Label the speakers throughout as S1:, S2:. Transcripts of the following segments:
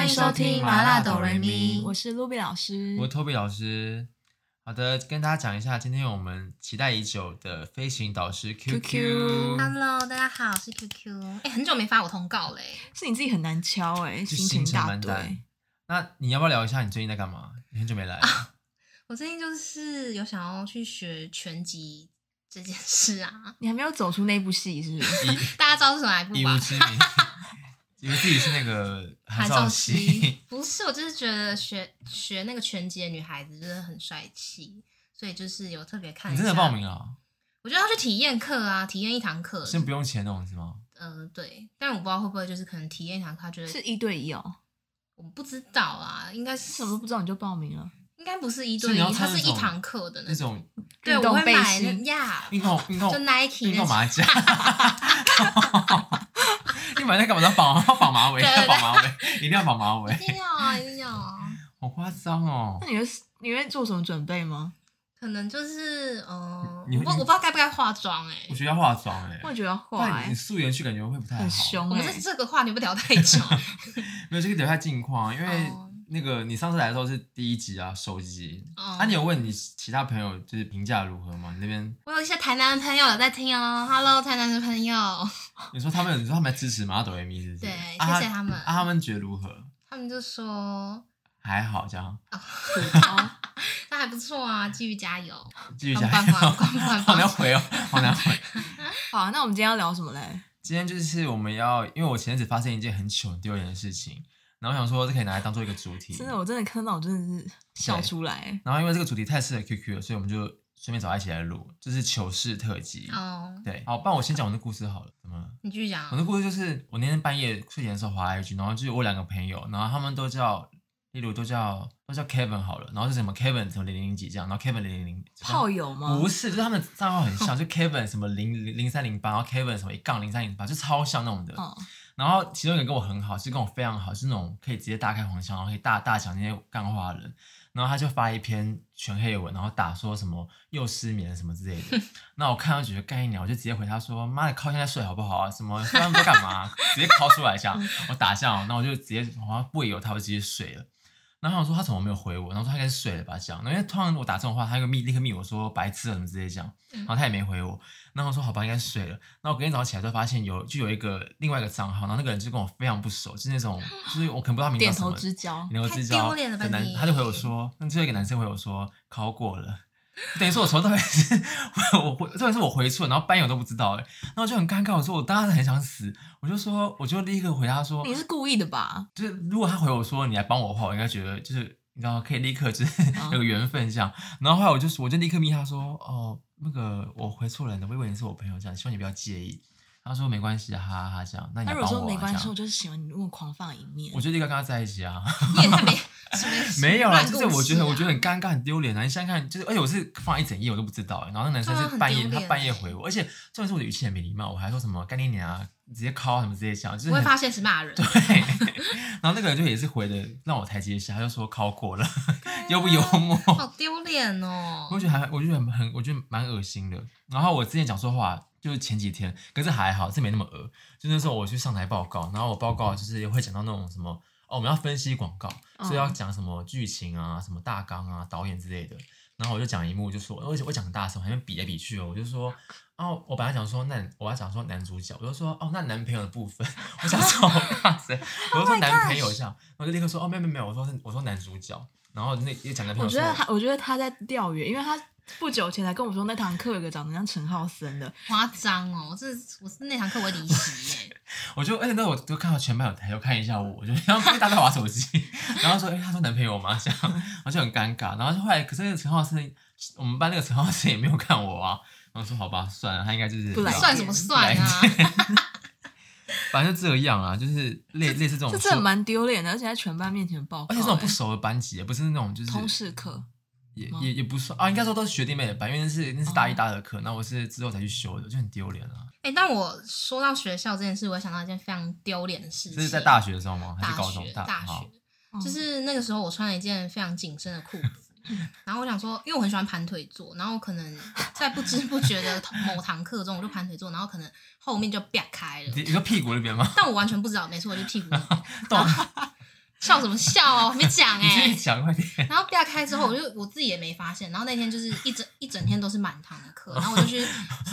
S1: 迎收听麻辣哆瑞咪
S2: 我是露比老师，
S1: 我是 Toby 老师。好的，跟大家讲一下，今天我们期待已久的飞行导师 QQ。
S3: Hello，大家好，我是 QQ。哎、很久没发我通告嘞、
S2: 是你自己很难敲哎、
S1: 就
S2: 行
S1: 程
S2: 大
S1: 蛮
S2: 堆。
S1: 淡。那你要不要聊一下你最近在干嘛？你很久没来了，
S3: 我最近就是有想要去学拳击这件事啊，
S2: 你还没有走出那部戏是不是？
S1: 以
S3: 大家知道是什么来不
S1: 以无
S3: 吧？
S1: 之名，以为自己是那个韩
S3: 少
S1: 少熙。
S3: 不是，我就是觉得学学那个拳击的女孩子真的很帅气，所以就是有特别看
S1: 你
S3: 一下。
S1: 真的报名？了？
S3: 我觉得要去体验课啊，体验一堂课。
S1: 是不用钱那种是吗？
S3: 呃，对，但我不知道会不会就是可能体验一堂课，她觉
S2: 是
S3: 得
S2: 一对一哦，
S3: 我不知道啊，应该是
S2: 什么都不知道你就报名了，
S3: 应该不是一
S1: 是
S3: 对
S1: 你要
S3: 一，
S1: 穿
S3: 它
S1: 那
S3: 是一
S1: 种
S3: 堂课的
S1: 那
S3: 那。
S1: 种
S3: 对，
S2: 运
S3: 我
S2: 动
S3: 会
S2: 背
S3: 买那
S2: 心、
S3: 呀，
S1: 运动运动
S3: 就 Nike
S1: 运动
S3: 那种。
S1: 马甲。 你买那干嘛？要绑要绑马尾，
S3: 对对
S1: 要
S3: 对
S1: 绑马尾，一定要绑马尾
S3: 一，定要啊，一定要啊！
S1: 好夸张哦
S2: 那！你会你会做什么准备吗？
S3: 可能就是呃，我
S1: 你
S3: 不
S1: 你
S3: 我不知道该不该化妆哎、
S1: 我觉得要化妆哎、
S2: 我也觉得
S1: 不
S2: 后
S1: 然
S2: 来
S1: 你素颜去感觉会不太好。
S2: 很凶
S3: 我
S2: 哎、
S3: 们这这个话题不聊太 久，
S1: 没有这个留下近况，因为
S3: 哦
S1: 那个你上次来的时候是第一集啊，首集。
S3: 哦
S1: 啊，你有问你其他朋友就是评价如何吗？你那边
S3: 我有一些台南的朋友有在听哦，Hello 台南的朋友，
S1: 你说他们，你说他们还支持马朵 M 是不是？
S3: 对，
S1: 啊
S3: 谢谢他们，
S1: 啊，他们觉得如何？
S3: 他们就说
S1: 还好这样，
S2: 哦
S3: 那还不错啊，继续加油，
S1: 继续加
S3: 关关
S1: 油。
S3: 关关 关
S1: 好难
S3: 关，
S1: 回哦，好难回。
S2: 好，那我们今天要聊什么嘞？
S1: 今天就是我们要，因为我前阵子发生一件很糗、很丢脸的事情，然后我想说这可以拿来当做一个主题。
S2: 真的，我真的看到我真的是笑出来、欸
S1: 然后因为这个主题太适合 QQ 了，所以我们就顺便找他一起来录，就是糗事特辑。
S3: 哦，
S1: 对，好，不然我先讲我的故事好了。怎么了？
S3: 你继续讲
S1: 我，的故事就是我那天半夜睡前的时候滑 IG，然后就是我两个朋友，然后他们都叫，例如都叫都叫 Kevin 好了，然后是什么 Kevin 什么零零零几这样，然后 Kevin 零零零
S2: 炮友吗？
S1: 不是，就是他们账号很像，就 Kevin 什么零零零三零八，然后 Kevin 什么一杠零三零八，就超像那种的。
S2: 哦，
S1: 然后其中一个跟我很好，是跟我非常好，是那种可以直接大开黄腔，然后可以大大讲那些干话的人。然后他就发一篇全黑文，然后打说什么又失眠什么之类的。那我看到觉得干一鸟，我就直接回他说：“妈的，靠现在睡好不好啊？什么 睡那么多干嘛、直接敲出来一下，我打一下哦。”那我就直接好像不由他，我就直接睡了。然后我想说他怎么没有回我，然后说他应该是睡了吧这样。然后因为通常我打这种话，他就密立刻密我说白痴啊什么之类这样，
S3: 嗯
S1: 然后他也没回我。然后我说好吧，应该是睡了。那我隔天早上起来就发现有就有一个另外一个账号，然后那个人就跟我非常不熟，就是那种就是我可能不知道他名字
S2: 点
S1: 叫什
S2: 头
S1: 么，
S2: 之交，
S1: 然后
S3: 太
S1: 知道
S3: 丢脸了吧
S1: 的男
S3: 你
S1: 他就回我说，那最后一个男生回我说考过了，等于说我从头开始， 我回，特别是我回错，然后班友都不知道哎，然后我就很尴尬，我说我当时很想死，我就说我就立刻回他说，
S2: 你是故意的吧？
S1: 就是如果他回我说你来帮我的话，我应该觉得就是你知道可以立刻就是
S2: 啊
S1: 有个缘分这样，然后后来我就我就立刻密他说哦那个我回错人了，我以为你是我朋友这样，希望你不要介意。他说没关系啊，哈哈哈这样，那你
S2: 那
S1: 来
S2: 如
S1: 帮我、啊、
S2: 果
S3: 哦
S2: 说没关系，
S1: 这
S2: 我
S1: 样
S2: 就是喜欢你那么狂放一面
S1: 我。就立刻跟他在一起 啊。
S3: 你也太没什么什 么
S1: 没有啦，
S3: 烂
S1: 就是
S3: 故
S1: 我觉得
S3: 事啊
S1: 很我觉得很尴尬、很丢脸啊！你想想看，就是而且我是放一整夜我都不知道、欸，然后那男生
S3: 对啊
S1: 是半夜
S3: 很丢
S1: 他
S3: 脸
S1: 半夜
S3: 欸
S1: 回我，而且重点是我的语气很没礼貌，我还说什么干你娘啊，直接 call 什么直接讲，就是
S3: 不会
S1: 很
S3: 发现是骂人，
S1: 对，然后那个人就也是回的让我台阶下，他就说 call 过了， 幽不幽默？
S3: 好丢脸哦
S1: 我。觉得还我觉得很很我觉得蛮恶心的。然后我之前讲错话，就是前几天，可是还好，这没那么恶。就那时候我去上台报告，然后我报告就是会讲到那种什么。哦，我们要分析广告，所以
S2: 嗯
S1: 要讲什么剧情啊、什么大纲啊、导演之类的。然后我就讲一幕，就说，我我讲很大声，好像比来比去哦。我就说，哦，我本来想说那我要讲说男主角，我就说哦，那男朋友的部分， 我想说好大声，我就
S2: Oh
S1: 说男朋友这样，我就立刻说哦，没有没有没有，我说是我说男主角，然后那也讲男朋友
S2: 我觉
S1: 说，
S2: 得他，我觉得他在钓鱼，因为他不久前才跟我说那堂课有个长得像陈浩森的，
S3: 夸张哦！我这我是那堂课我会离席 耶，
S1: 我就而且那我就看到全班有抬头看一下我，我就然后大家玩手机， 然后说哎、诶他说男朋友吗？这样，然后就很尴尬。然后就后来，可是那个陈浩森，我们班那个陈浩森也没有看我啊。然后说好吧，算了，他应该就是
S2: 不来
S3: 算什么算 啊？
S1: 反正就这样啊，就是类类似这种
S2: 这
S1: 说，
S2: 真的蛮丢脸的，而且在全班面前报告、
S1: 而且这种不
S2: 欸
S1: 熟的班级，不是那种就是
S2: 通识课，
S1: 也
S2: 吗
S1: 也也不算啊，应该说都是学弟妹的班，因为那是那是大一
S2: 哦
S1: 大二的课，那、我是之后才去修的，就很丢脸啊。
S3: 哎、但我说到学校这件事，我想到一件非常丢脸的事情。
S1: 这是在大学的时候吗？还
S3: 大
S1: 是高中
S3: 学？
S1: 大
S3: 大
S1: 好
S3: 学，就是那个时候我穿了一件非常紧身的裤子，然后我想说，因为我很喜欢盘腿坐，然后我可能在不知不觉的某堂课中，我就盘腿坐，然后可能后面就啪开了
S1: 你，你说屁股那边吗？
S3: 但我完全不知道，没错，我就屁股那边
S1: 动，
S3: 笑什么笑啊？我还没讲
S1: 你自
S3: 哎、
S1: 己讲快 点。
S3: 然后啪开之后，我就我自己也没发现。然后那天就是一整一整天都是满堂的课，然后我就去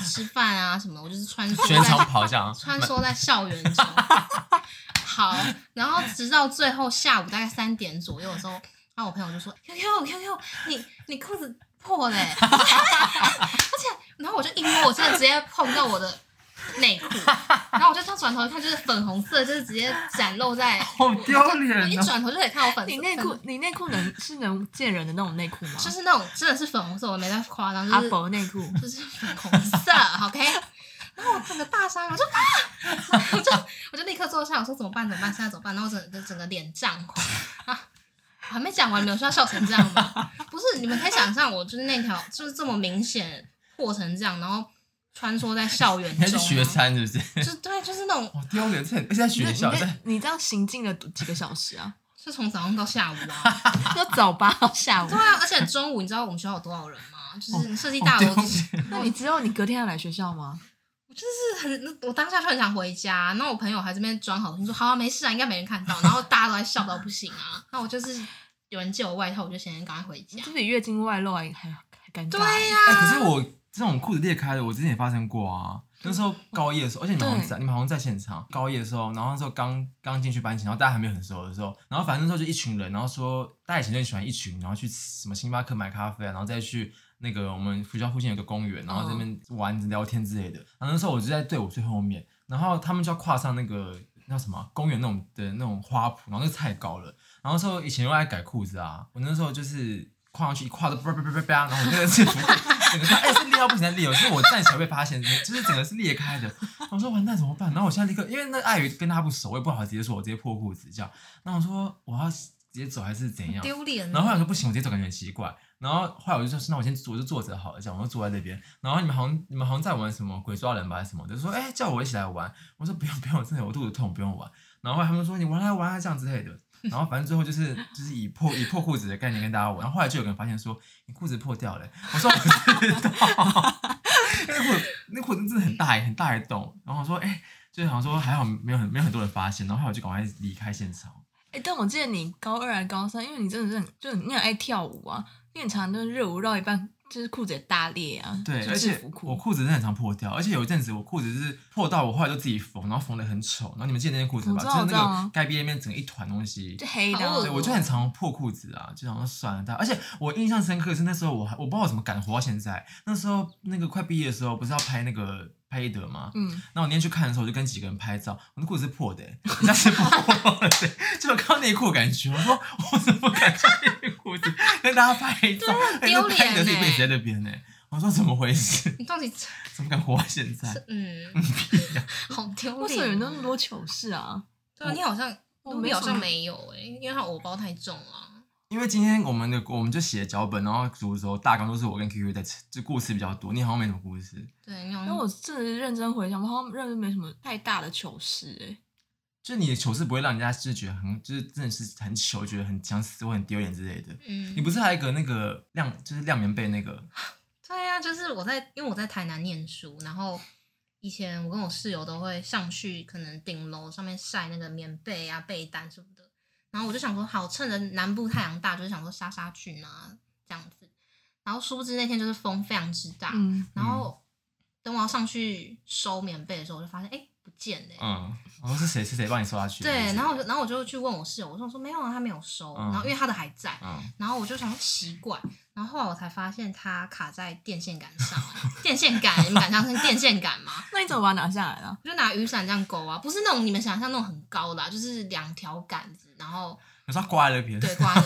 S3: 吃饭啊什么，我就是穿梭
S1: 全场
S3: 在
S1: 跑这样，
S3: 穿梭在校园 中。好，然后直到最后下午大概三点左右的时候，然后我朋友就说：“Q Q Q Q，你你裤子破 嘞、而且，然后我就一摸，我真的直接碰到我的内裤，然后我就这样转头一看，就是粉红色，就是直接展露在。
S1: 好丢
S3: 我一
S1: 脸哦！
S3: 转头就可以看我粉
S2: 你内裤，你内裤能是能见人的那种内裤吗？
S3: 就是那种真的是粉红色，我没在夸张，
S2: 阿
S3: 就是
S2: 伯内裤。
S3: 就是粉红色 ，OK。然后我整个大伤，我就啊， 我就我就立刻坐下，我说怎么办？怎么办？现在怎么办？然后我整个整个脸涨红 啊！我还没讲完，你们有需要笑成这样吗？ 不是，你们可以想象，我就是那条就是这么明显破成这样，然后穿梭在校园
S1: 你还
S3: 中
S1: 是
S3: 啊，
S1: 学餐是不是？
S3: 就对，就是那种
S1: 好哦丢脸，这很而且在
S2: 你
S1: 学
S2: 那
S1: 校，
S2: 你那
S1: 在
S2: 你这样行进了几个小时啊？
S3: 是从早上到下午啊。
S2: 就早八到下午
S3: 对。啊，而且中午你知道我们学校有多少人吗？就是设计
S1: 好
S3: 大
S1: 丢
S3: 楼、
S1: 脸哎
S3: 就是。
S2: 那你之后你隔天还来学校吗？
S3: 就是很，我当下就很想回家。那我朋友还这边装好心说：“好、啊，没事啊，应该没人看到。”然后大家都在笑到不行啊。那我就是有人借我外套，我就先赶快回
S2: 你
S3: 家。
S2: 这比月经外露还还还尴尬。
S3: 对啊呀、
S1: 哎，可是我这种裤子裂开的，我之前也发生过啊。那时候高一的时候，而且你们好像在，你们好像在现场。高一的时候，然后那时候刚刚进去班级，然后大家还没有很熟的时候，然后反正那时候就一群人，然后说大家以前就很喜欢一群，然后去什么星巴克买咖啡啊，然后再去那个我们学校附近有个公园，然后在那边玩聊天之类的。然后那时候我就在队伍最后面，然后他们就要跨上那个那叫什么啊公园那种的那种花圃，然后那太高了。然后那时候以前又爱改裤子啊，我那时候就是跨上去一跨都叭叭叭叭叭，然后我那个制服 整个是哎是裂到不行的裂，所以我站起来被发现，就是整个是裂开的。我说完蛋怎么办？然后我现在立刻，因为那碍于跟他不熟，我也不好直接说我直接破裤子这样。然后我说我要直接走还是怎样？
S3: 丢脸
S1: 然后后来我说不行，我直接走感觉很奇怪。然后后来我就说，那我先坐我就坐着好了，这样我就坐在那边。然后你们好像你们好像在玩什么鬼抓人吧还是什么的，就说哎、叫我一起来玩。我说不用不用，真的我肚子痛不用玩。然后后来他们说你玩来玩啊这样之类的。然后反正最后就是就是以破以破裤子的概念跟大家玩。然后后来就有个人发现说你裤子破掉了，我说我知道， 那裤子那裤子真的很大一很大一洞。然后我说哎、就是好像说还好没有很没有很多人发现。然后后来我就赶快离开现场。
S2: 哎、但我记得你高二还高三，因为你真的是很就很你很爱跳舞啊，你很常就是热舞绕一半，就是裤子也大裂啊，
S1: 对，
S2: 就
S1: 而
S2: 制
S1: 且
S2: 服
S1: 我
S2: 裤。
S1: 裤子真的很常破掉，而且有一阵子我裤子是破到我后来就自己缝，然后缝的很丑。然后你们记得那件裤子
S2: 我
S1: 吧，
S2: 知道
S1: 就是
S2: 我知道
S1: 那
S2: 啊
S1: 个该边那边整个一团东西
S2: 就。黑的啊、
S3: 好恶哦
S1: 对，我就很常破裤子啊，就想说算了，但而且我印象深刻的是那时候我还我不知道我怎么敢活到现在。那时候那个快毕业的时候，不是要拍那个拍一德吗？
S2: 嗯，
S1: 那我那天去看的时候，我就跟几个人拍照，我那裤子是破的、欸，人家是破的、欸，就我看到内裤的感觉，我说我怎么敢穿内裤子跟大家拍照，
S3: 很丢脸欸
S1: 欸那拍的一辈子在那边呢、我说怎么回事？
S3: 你到底
S1: 怎么敢活到现在？
S3: 嗯，好丢脸、哦
S2: 为什么有那么多？糗事啊？
S3: 对啊，你好像
S2: 我
S3: 我
S2: 没
S3: 好
S2: 什
S3: 像
S2: 么
S3: 没有哎、因为他偶包太重了。啊
S1: 因为今天我们的我们就写脚本，然后组的时候大纲都是我跟 QQ 在，就故事比较多。你好像没什么故事，
S3: 对，你好
S2: 那
S3: 像
S2: 我真的是认真回想，我好像认真没什么太大的糗事哎、
S1: 就是你的糗事不会让人家就是觉得很，就是真的是很糗，觉得很想死或很丢脸之类的。
S3: 嗯
S1: 你，不是还有一个那个晾，就是晾棉被那个，
S3: 对呀、就是我在，因为我在台南念书，然后以前我跟我室友都会上去，可能顶楼上面晒那个棉被啊、被单什么的。然后我就想说，好，趁着南部太阳大，就是想说杀杀菌啊这样子。然后殊不知那天就是风非常之大，
S2: 嗯，
S3: 然后等我要上去收棉被的时候，我就发现哎、不见了、
S1: 嗯，我说是谁是谁帮你收下去的？
S3: 对，
S1: 是
S3: 然后我就然后我就去问我室友，我说我说没有啊，他没有收。
S1: 嗯
S3: 然后因为他的还在，
S1: 嗯，
S3: 然后我就想说奇怪，然后后来我才发现它卡在电线杆上，啊电线杆，你们敢相信电线杆吗？
S2: 那你怎么把它拿下来啊了？
S3: 我就拿雨伞这样勾啊，不是那种你们想象那种很高的、啊，就是两条杆子，然 后
S1: 可是他挂在那边，
S3: 对挂着，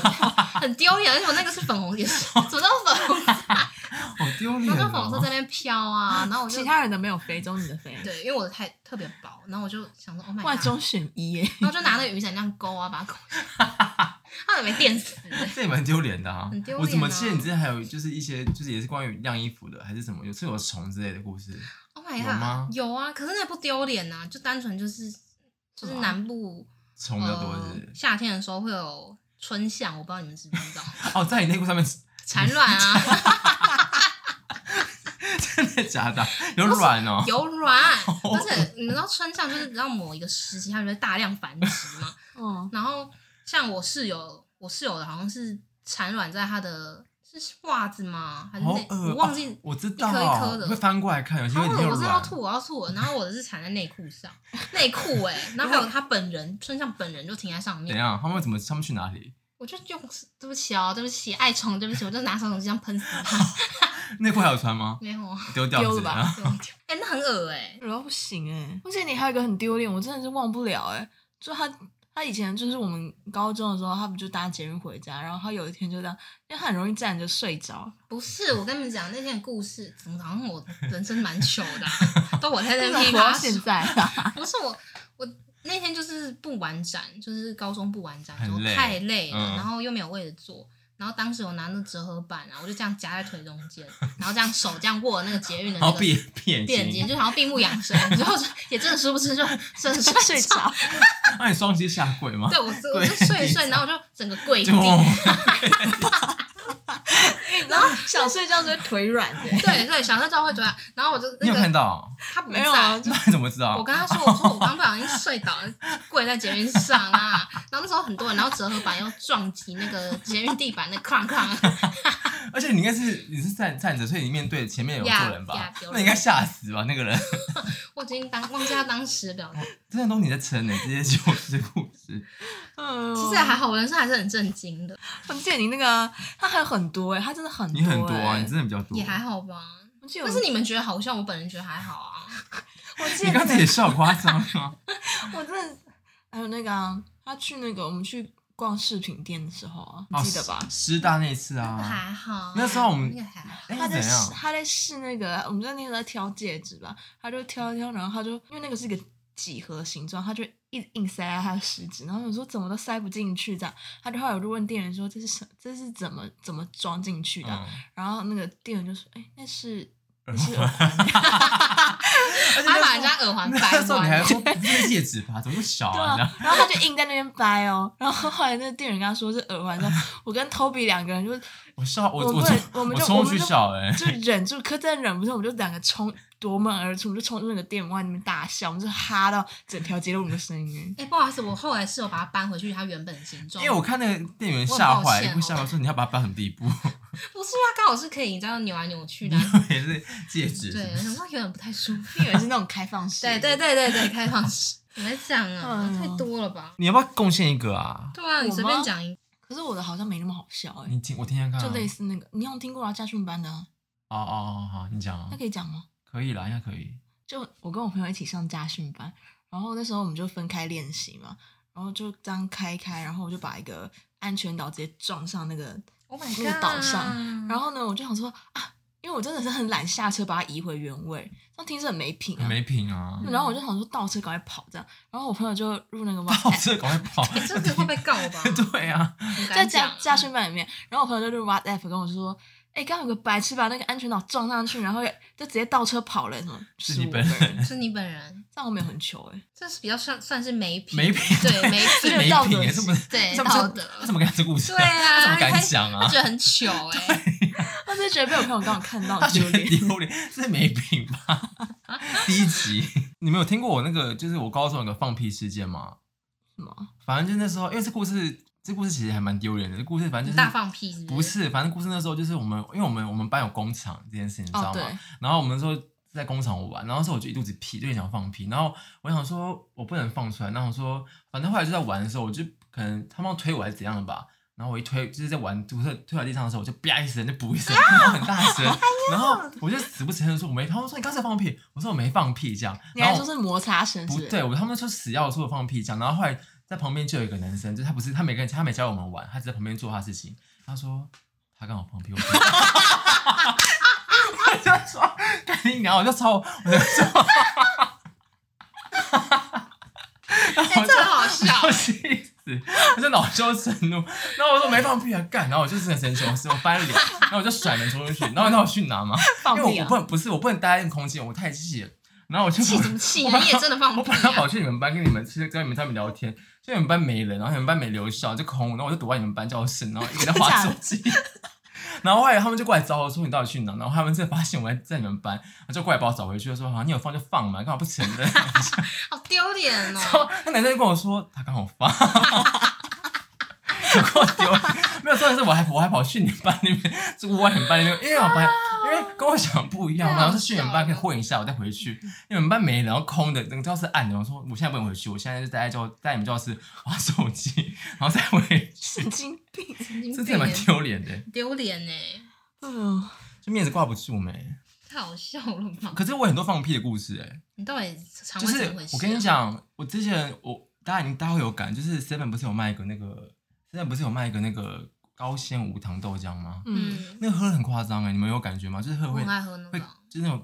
S3: 很丢脸。而且我那个是粉红，也是怎么都粉红色，
S1: 好丢脸
S3: 然后
S1: 哦
S3: 就粉红色在那边飘啊，然后我就
S2: 其他人的没有飞，只有你的飞。
S3: 对，因为我的太特别薄，然后我就想说，Oh my
S2: 万
S3: god，
S2: 中选一哎耶、
S3: 然后就拿那个雨伞这样勾啊，把它勾下来，它也没电死、
S1: 这也蛮丢脸的啊！
S3: 很丢脸啊
S1: 我怎么记得你之前还有就是一些就是也是关于晾衣服的，还是什么有是有虫之类的故事？
S3: Oh my
S1: 有
S3: god，
S1: 吗
S3: 有啊，可是那不丢脸呐，就单纯就是就是
S2: 么
S3: 南部
S1: 虫比较多是不
S3: 呃
S1: 是？
S3: 夏天的时候会有春象，我不知道你们知不 知道，
S1: 哦，在你内裤上面
S3: 产 卵啊，
S1: 真的假 的？有卵哦！
S3: 有卵，而且你们知道春象就是只要某一个时期它就会大量繁殖嘛，
S2: 嗯，
S3: 然后像我室友，我室友的好像是产卵在他的是袜子吗？还是
S1: 好
S3: 内？
S1: 恶哦
S3: 我忘记
S1: 哦我知
S3: 一颗一颗
S1: 道，
S3: 的
S1: 会翻过来看，有些
S3: 好
S1: 会
S3: 恶
S1: 没有
S3: 我真的要
S1: 软。
S3: 吐，我要吐了。然后我的是缠在内裤 上，内裤哎，然后还有他本人，春香本人就停在上
S1: 怎
S3: 面。
S1: 样？他们会怎么？他们去哪里？
S3: 我就用，对不起哦，对不起，爱宠，对不起，我就拿手东西这样喷死他。
S1: 内裤还有穿吗？
S3: 没有啊，
S1: 丢掉
S2: 丢
S1: 是
S2: 了吧
S1: 怎样
S3: 对 哎、那很恶哎、
S2: 然后不行哎、而且你还有一个很丢脸，我真的是忘不了哎、就他他以前就是我们高中的时候，他不就搭捷运回家，然后他有一天就这样，因为他很容易站着睡着，
S3: 不是，我跟你们讲那天的故事，怎么好像我人生蛮糗的、啊，都我在 那边噼
S2: 活
S3: 里
S2: 到
S3: 啪
S2: 现
S3: 啦。
S2: 在啊，
S3: 不是我，我那天就是不完展，就是高中不完展，
S1: 很
S3: 然后
S1: 累
S3: 太累了，
S1: 嗯
S3: 然后又没有位置坐。然后当时我拿那折合板啊，我就这样夹在腿中 间，然后这样手这样握那个捷运的
S1: 然
S3: 那
S1: 后
S3: 个
S1: 闭闭眼
S3: 眼睛，
S1: 睛，
S3: 就想要闭目养神，然后就也真的殊不知就 真的
S2: 睡
S3: 睡着。
S2: 着，
S1: 那你双膝下跪吗？
S3: 对我是我就睡一睡，然后我就整个跪地
S1: 就，
S2: 然后想睡觉就会腿软的、
S3: 对对，想睡觉会觉得，然后我就
S1: 你
S3: 那
S1: 有看
S3: 个
S1: 到？
S3: 他不
S2: 没有啊
S3: 在，
S1: 那你怎么知道
S3: 我？跟他说，我说我刚不小心睡倒，跪在捷运上啊。然后那时候很多人，然后折合板又撞击那个捷运地板，那哐哐。
S1: 而且你应该是你是站站着，所以你面对前面有坐人
S3: 呀
S1: 吧
S3: 呀有？人
S1: 那你应该吓死吧？那个人
S3: 我已经当忘记他当时的表情，
S1: 真的都你在撑呢，这些 就是故事。
S2: 嗯，
S3: 其实也还好，我人生还是很震惊
S1: 哦
S3: 的，
S2: 我记得你那个，他还有很多哎、他真的很多、
S1: 你
S2: 欸，
S1: 很多啊，你真的比较多
S3: 也。还好吧。
S2: 我记得
S3: 但
S2: 我
S3: 是你们觉得好笑，我本人觉得还好啊。
S2: 我记
S1: 你刚
S2: 得
S1: 才也笑夸张 啊！
S2: 我真的还有那个、啊，他去那个我们去逛饰品店的时候啊，
S1: 哦
S2: 你记得吧？
S1: 师大那次
S3: 那个
S1: 啊，
S3: 还好，
S1: 那时候我们
S3: 那个还好。
S1: 哎
S2: 他在
S1: 怎
S2: 试
S1: 样？
S2: 他在试那个，我们在那时候在挑戒指吧，他就挑一挑，然后他就因为那个是一个几何形状，他就一直硬塞在他的食指，然后我说怎么都塞不进去这样，他就后来我就问店员说这是什这是怎么怎么装进去的啊、
S1: 嗯
S2: 然后那个店员就说哎那是
S1: 耳
S2: 那是耳环， 啊
S3: 他把人家耳环掰
S1: 那时候你还
S3: 弯，
S1: 说不是戒指吧？怎么那么小
S2: 对
S1: 啊？
S2: 啊
S1: 这样，
S2: 然后他就硬在那边掰哦，然后后来那个店员跟他说是 耳环，然后我跟 Toby 两个人就
S1: 我笑，我
S2: 我
S1: 我
S2: 们
S1: 冲
S2: 我们就
S1: 冲
S2: 我
S1: 过去
S2: 们就
S1: 笑 哎，
S2: 就忍住，可真的忍不住，我们就两个冲夺门而出，我们就冲出那个店外那边大笑，我们就哈到整条街都我们的声音。
S3: 哎、不好意思，我后来是有把它搬回去它原本的形
S1: 因
S3: 状，
S1: 为我看那个店员
S3: 我很
S1: 吓
S3: 抱
S1: 坏，
S3: 歉
S1: 一不吓
S3: 哦
S1: 坏说你要把它掰成第一步，
S3: 不是它刚好是可以，你知道扭来扭去的啊、
S1: 也是戒指。
S3: 对，我想说有点不太舒服。
S2: 你以为是那种开放式？
S3: 对对，对对对，开放式。你在讲啊
S2: 哎，
S1: 嗯
S2: 呦
S3: 太多了吧？
S1: 你要不要贡献一个啊？
S3: 对啊，
S2: 我
S3: 你随便
S2: 吗
S3: 讲一个。
S2: 可是我的好像没那么好笑哎、
S1: 你听我听听看啊。
S2: 就类似那个，你有听过啊？家训班的、啊，
S1: 哦哦哦，好，你讲啊
S2: 那。可以讲吗？
S1: 可以啦，应该可以。
S2: 就我跟我朋友一起上家训班，然后那时候我们就分开练习嘛，然后就这样开开，然后我就把一个安全岛直接撞上那个
S3: Oh
S2: 那个岛上，然
S3: 后
S2: 后呢，我就想说啊，因为我真的是很懒下车把它移回原位，这样听着很没品啊。
S1: 没品啊，
S2: 然后我就想说倒车赶快跑这样，然后我朋友就入那个
S1: 哇
S2: WhatsApp，
S1: 我这赶快跑。
S3: 哎这个会被告吧？
S1: 对啊，
S3: 你
S2: 在
S3: 敢
S2: 家
S3: 讲？啊
S2: 家训班里面，然后我朋友就入 WhatsApp 跟我说，哎、刚刚有个白痴把那个安全岛撞上去，然后就直接倒车跑了，什么
S1: 是
S2: 15
S1: 你本
S2: 个人，
S3: 是你本人，
S2: 这样我没有很糗哎、
S3: 这是比较算算是没品，
S1: 没品
S3: 对没
S1: 这
S3: 品，
S1: 没
S2: 道
S1: 品
S2: 德
S1: 耶，这不是
S3: 对
S1: 这不
S3: 道
S1: 是
S3: 德
S1: 他怎么敢这故事？
S3: 对啊
S1: 他怎么
S3: 他
S1: 敢讲啊
S3: 他？觉得很糗哎。
S2: 我只是觉得被我朋友刚好看到
S1: 他觉
S2: 丢
S1: 得
S2: 脸。
S1: 丢脸，这没品吧？第一集， 你们有听过我那个，就是我高中有个放屁事件吗？
S2: 什么？
S1: 反正就那时候，因为这故事，这故事其实还蛮丢脸的。这故事反正
S3: 你
S1: 就是
S3: 大放屁是
S1: 不？是，反正故事那时候就是我们，因为我们我们班有工厂这件事情，你知
S2: 哦
S1: 道吗？
S2: 对，
S1: 然后我们说在工厂玩，然后那时候我就一肚子屁，就很想放屁，然后我想说我不能放出来，然后我说反正后来就在玩的时候，我就可能他们要推我还是怎样的吧，然后我一推就是在玩，推推到地上的时候，我就啪一声就补一声，然后很大声，
S2: 啊
S1: 然后我就死不承认说我没，他们说你刚才放屁，我说我没放屁这样，
S2: 你
S1: 然
S2: 还
S1: 后
S2: 说是摩擦声是
S1: 不
S2: 不是？
S1: 对，我他们说死要我说我放屁这样，然后后来在旁边就有一个男生，就是他不是他没跟他没教我们玩，他只在旁边做他的事情，他说他刚好放屁，我不知道 他就说赶紧聊，我就超我就说，然后
S3: 哎，
S1: 我
S3: 这
S1: 就
S3: 很 好笑
S1: 我。气死，我就恼羞成怒，然后我说没放屁啊，干，然后我就是很生气，我是我翻脸，然后我就甩门冲出去，然后你知道我去拿吗？
S2: 放
S1: 因
S2: 屁
S1: 为我
S2: 啊
S1: 不！能不是我不能待在那个空间，我太气了，然后我就
S3: 气什么气
S1: 我
S3: 啊？
S1: 把
S3: 你也真的放
S1: 我
S3: 屁
S1: 本来要
S3: 啊？
S1: 跑去你们班跟你们去跟你们他们聊天，就你们班没人，然后你们班没留校，就空无，然后我就躲在你们班教室，然后一直在划手机。然后后来他们就过来找我说你到底去哪？然后他们才发现我在在你们班，然后就过来把我找回去，就说啊你有放就放嘛，干嘛不承认？
S3: 好丢脸
S1: 然后
S3: 哦！
S1: 那男生就跟我说他刚好放，有够丢脸。没有，重点是我还我还跑去你们班那边，是我你们班那边，因为我班因为跟我想不一样，
S3: 太
S1: 然后
S3: 好
S1: 是去你
S3: 笑
S1: 们班可以
S3: 了
S1: 混一下，我再回去。因为你们班没人，然后空的，整个教室暗的。我说我现在不能回去，我现在就待在教在你们教室玩手机， 然后再回去，
S2: 神经病。
S3: 神经
S1: 这真
S3: 病
S1: 的蛮
S3: 欸
S1: 丢脸的，
S3: 丢脸呢，
S2: 哎呦，
S1: 就面子挂不住没。
S3: 太好笑了吧？
S1: 可是我有很多放屁的故事哎、
S3: 你到底肠
S1: 就
S3: 胃怎
S1: 是
S3: 么回事？啊
S1: 我跟你，
S2: 啊
S1: 讲，我之前我大家已经大家会有感，就是 Seven 不是有卖一个那个 Seven 不是有卖一个那个高纤无糖豆浆吗？
S2: 嗯，
S3: 嗯，
S1: 那个喝得很夸张哎，你们有感觉吗？就是喝
S3: 我
S1: 会
S3: 很爱喝那
S1: 会
S3: 个，
S1: 就是那种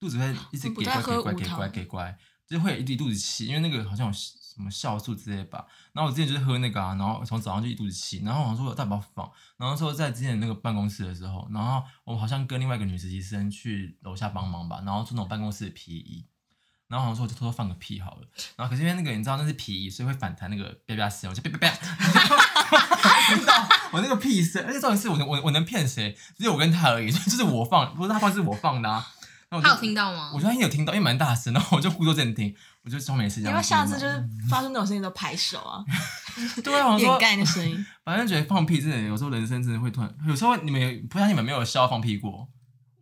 S1: 肚子会一直
S2: 我不
S1: 给乖
S2: 太
S1: 给
S2: 喝
S1: 乖
S2: 无
S1: 给
S2: 糖
S1: 乖给乖，就是会有一肚子气，因为那个好像有什么酵素之类吧。然后我之前就是喝那个啊，然后从早上就一肚子气，然后我想说我到底要不要放，然后说在之前那个办公室的时候，然后我好像跟另外一个女实习生去楼下帮忙吧，然后做那种办公室的皮衣。然后好像说我就偷偷放个屁好了，然后可是因为那个你知道那是皮衣，所以会反弹那个啪啪声，我就啪啪 啪，你知道我那个屁声，而且重点是我能我我能骗谁？只有我跟他而已， 就是我放，不是他放是我放的啊。然后
S3: 他
S1: 我
S3: 有听到吗
S1: 我？觉得他应该有听到，因为蛮大声，然后我就故作镇定，我就装没事这
S2: 你
S1: 样。
S2: 要不要下次就是发生那种声音都拍手啊，
S1: 对啊，我
S2: 掩
S1: 说
S2: 盖那声音。
S1: 反正觉得放屁真的，有时候人生真的会突然，有时候你们有不相信你们没有笑放屁过，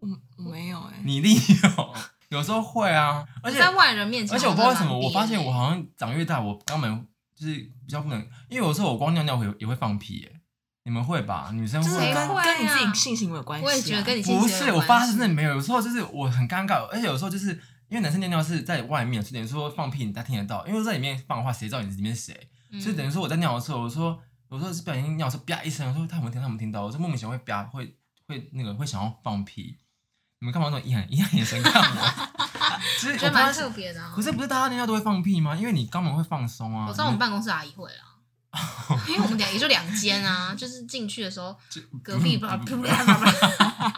S2: 嗯，没有哎、
S1: 你一定有， 有时候会啊，而
S3: 我
S1: 且
S3: 在外人面前，
S1: 而且我
S3: 我
S1: 不知道为什么，我
S3: 真的
S1: 发
S3: 蛮憋
S1: 现
S3: 的
S1: 我好像长越大，我肛门就是比较不能，因为有时候我光尿尿会也会放屁、耶，你们会吧？女生
S2: 就是
S1: 会
S2: 跟、
S1: 啊。
S3: 会啊
S2: 跟你自己性行为有关系、啊。
S3: 我也觉得跟你
S1: 不是，我发
S3: 发
S1: 现
S3: 现
S1: 真的没有。有时候就是我很尴尬，而且有时候就是因为男生尿尿是在外面，所以等于说放屁你他听得到，因为在里面放的话，谁知道你里面是谁？
S3: 嗯
S1: 所以等于说我在尿的时候，我说我说是不小心尿的时候啪一声，我说他有没有听，他有没有听到？我就莫名其妙会啪会会那个会想要放屁。你们干嘛那种异样异样眼神看我？ 其实
S3: 我
S1: 我
S3: 觉得
S1: 发
S3: 蛮
S1: 现
S3: 特别的啊。
S1: 可是不是大家尿尿都会放屁吗？因为你肛门会放松啊。
S3: 我知道我 们办公室阿姨会啦，因为我们两也就两间啊，就是进去的 时候 隔壁吧，
S1: 不
S3: 噗 噗噗噗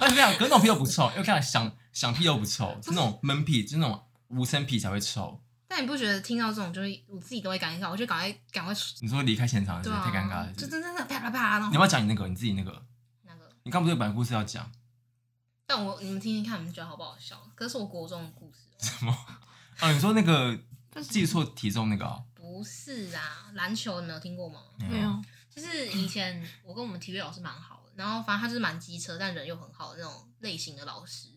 S1: 而且跟你讲啊可是那种屁又不臭，因为跟你讲想想屁又不臭，是那种闷屁，就是那种无声屁才会臭。
S3: 但你不觉得听到这种，就是我自己都会尴尬，我就赶快赶快出，
S1: 你说离开现场是
S3: 对
S1: 不是
S3: 啊，
S1: 太尴尬了，
S3: 就
S1: 真的。
S3: 真真的啪啪啪，然
S1: 你要
S3: 后
S1: 不要讲你那个你自己那个？
S3: 那个。
S1: 你刚不是有本来故事要讲
S3: 但我你们听听看，你们觉得好不好笑？可是我国中的故事哦，
S1: 什么？啊，你说那个记错体重那个哦、
S3: 不是啊，篮球你们有听过吗？
S2: 没有，
S3: 就是以前我跟我们体育老师蛮好的，然后反正他就是蛮机车，但人又很好的那种类型的老师。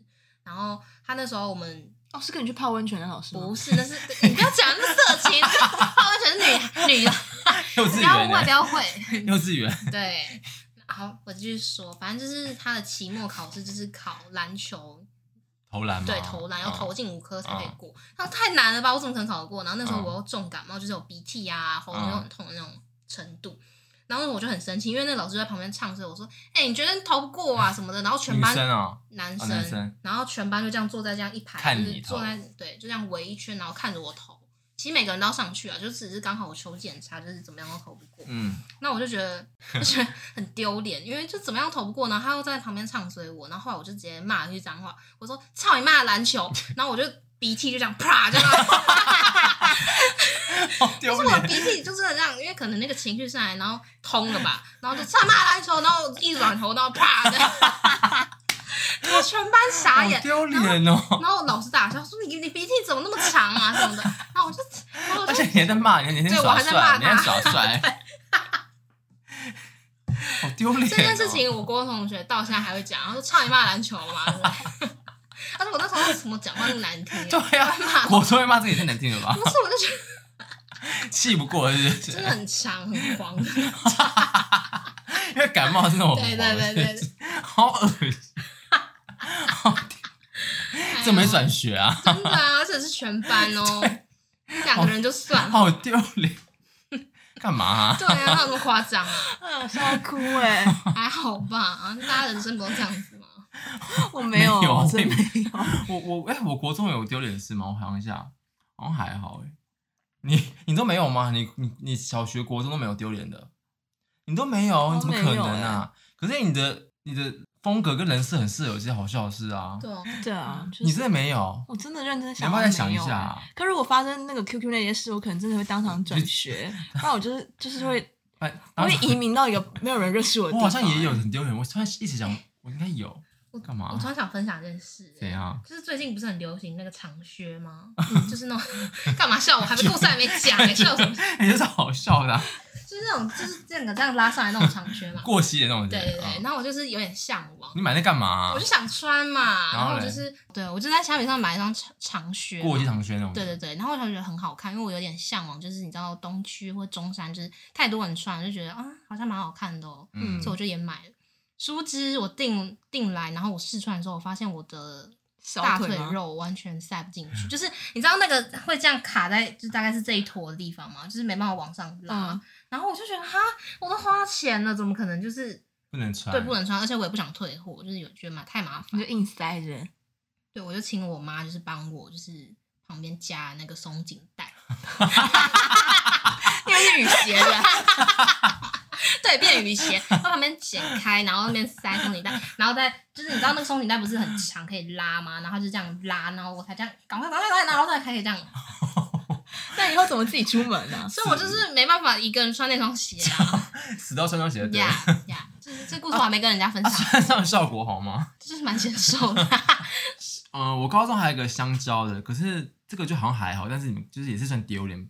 S3: 然后他那时候我们
S2: 哦，是跟你去泡温泉的老师吗？
S3: 不是，那是你不要讲那色情，他完全是女女的，
S1: 幼稚
S3: 不要
S1: 园
S3: 误会，不
S1: 欸、
S3: 要误会。
S1: 幼稚园，
S3: 对，好，我继续说，反正就是他的期末考试就是考篮球，
S1: 投篮吗？
S3: 对，投篮要投
S1: 嗯。
S3: 进五颗才可以过，他说太难了吧，我怎么可能考得过？然后那时候
S1: 嗯
S3: 我又重感冒，就是有鼻涕啊，喉咙又很痛的那种程度。然后我就很生气，因为那老师在旁边唱歌，我说：“哎、你觉得投不过啊什么的。”然后全
S1: 女
S3: 班
S1: 生啊、
S3: 男
S1: 哦男生
S3: 然后全班就这样坐在这样一排，
S1: 看
S3: 就
S1: 你
S3: 是坐
S1: 投
S3: 在对，就这样围一圈，然后看着我投。其实每个人都要上去啊，就只是刚好我求检查，就是怎么样都投不过。
S1: 嗯，
S3: 那我就觉得我觉 得很丢脸，因为就怎么样投不过呢？他又在旁边唱衰我，然后后来我就直接骂了一句脏话，我说“操你妈的 篮球”，然后我就鼻涕就这样啪就这样，
S1: 好 丢
S3: 就是我的
S1: 脸。
S3: 鼻涕就真的这样，因为可能那个情绪上来，然后通了吧，然后就“操你妈的篮球”，然后一转头，然后啪 的，我全班傻
S1: 好
S3: 眼。
S1: 丢脸哦！
S3: 然后老师大笑说：“你你鼻涕怎么那么长啊什么的？”然后我就，然后我
S1: 而
S3: 就
S1: 且你还在骂人，你还在
S3: 对我
S1: 耍
S3: 还在骂
S1: 帅，你还
S3: 他
S1: 耍帅， 好丢脸、哦！
S3: 这件事情，我国中同学到现在还会讲，他说：“操你妈篮球嘛！” 他说：“我那时候怎么讲话那么难听、啊？”
S1: 对呀、啊，我说会骂自己太难听了吧
S3: 不？是，我就觉 得
S1: 气不过是不
S3: 真
S1: 是
S3: 的？很长 很黄。
S1: 因为感冒是那种
S3: 对对对对 对，
S1: 好恶心，这没转学啊，
S3: 哎哎呦真的啊，而且是全班哦，两个人就算了。
S1: 好丢脸，干嘛、啊？
S3: 对啊，那有那么夸张啊？
S2: 啊，笑到哭
S1: 欸
S2: 哎、
S3: 还好吧，大家人生不都这样子吗？
S2: 我没有，
S1: 没有
S2: 我真没有。
S1: 我我哎、我国中有丢脸的事吗？我想一下，好像还好哎、你你都没有吗？你你你小学、国中都没有丢脸的，你都没有，你怎么可能啊？可是你的你的风格跟人设很适合有些好笑的事啊，
S3: 对哦，
S2: 对啊，就是、
S1: 你真的没有？
S2: 我真的认真
S1: 你
S2: 想，
S1: 要不要再想一下、
S2: 欸。
S1: 啊？
S2: 可如果发生那个 QQ 那些事，我可能真的会当场转 学，不然我就是就是会
S1: 哎
S2: 我会移民到一个没有人认识我的
S1: 我
S2: 地
S1: 好
S2: 方。
S1: 像也有很丢脸，我突然一直想，我应该有
S3: 我
S1: 干嘛
S3: 我突然想分享一件事、欸
S1: 怎样？
S3: 就是最近不是很流行那个长靴嗯 吗？就是那种干嘛笑我？还没故事还没讲哎、笑什么？
S1: 也是好笑的啊、。
S3: 就是就是那种就是整个这样拉上来那种长靴嘛
S1: 过膝的那种
S3: 对
S1: 人。
S3: 对对，
S1: 嗯
S3: 然后我就是有点向往，
S1: 你买那干嘛、
S3: 我就想穿
S1: 嗯
S3: 嘛，
S1: 然
S3: 然
S1: 后
S3: 后我就是对我就在虾米上买一双长长靴嘛，
S1: 过膝长靴那种。
S3: 对对对，然后我就觉得很好看，因为我有点向往，就是你知道东区或中山，就是太多人穿，我就觉得啊，好像蛮好看的哦，
S1: 嗯，
S3: 所以我就也买了。殊不知我订订来，然后我试穿的时候，我发现我的
S2: 小
S3: 大
S2: 腿
S3: 腿
S2: 吗
S3: 肉完全塞不进去，就是你知道那个会这样卡在，就大概是这一坨的地方嘛，就是没办法往上拉。
S2: 嗯
S3: 然后我就觉得哈，我都花钱了，怎么可能就是
S1: 不能穿。
S3: 对不能穿？而且我也不想退货，就是有觉得嘛太麻
S2: 你
S3: 烦
S2: 就。硬塞着，
S3: 对，我就请我妈就是帮我，就是旁边加那个松紧带，因为是雨鞋的， 对，变雨鞋，它旁边剪开，然后那边塞松紧带，然后再就是你知道那个松紧带不是很长可以拉吗？然后就这样拉，然后我才这样赶快赶快赶快，然后才可以这样，
S2: 那以后怎么自己出门啊呢、
S3: 所以我就是没办法一个人穿那双鞋啊，
S1: 死到穿双鞋的啊对。
S3: 嗯 呀呀，就是这故事我还没跟人家分
S1: 啊，
S3: 享，
S1: 穿上效果好吗？
S3: 就是蛮 显瘦的，
S1: 嗯，我高中还有一个香蕉的，可是这个就好像还好，但是你就是也是算丢脸。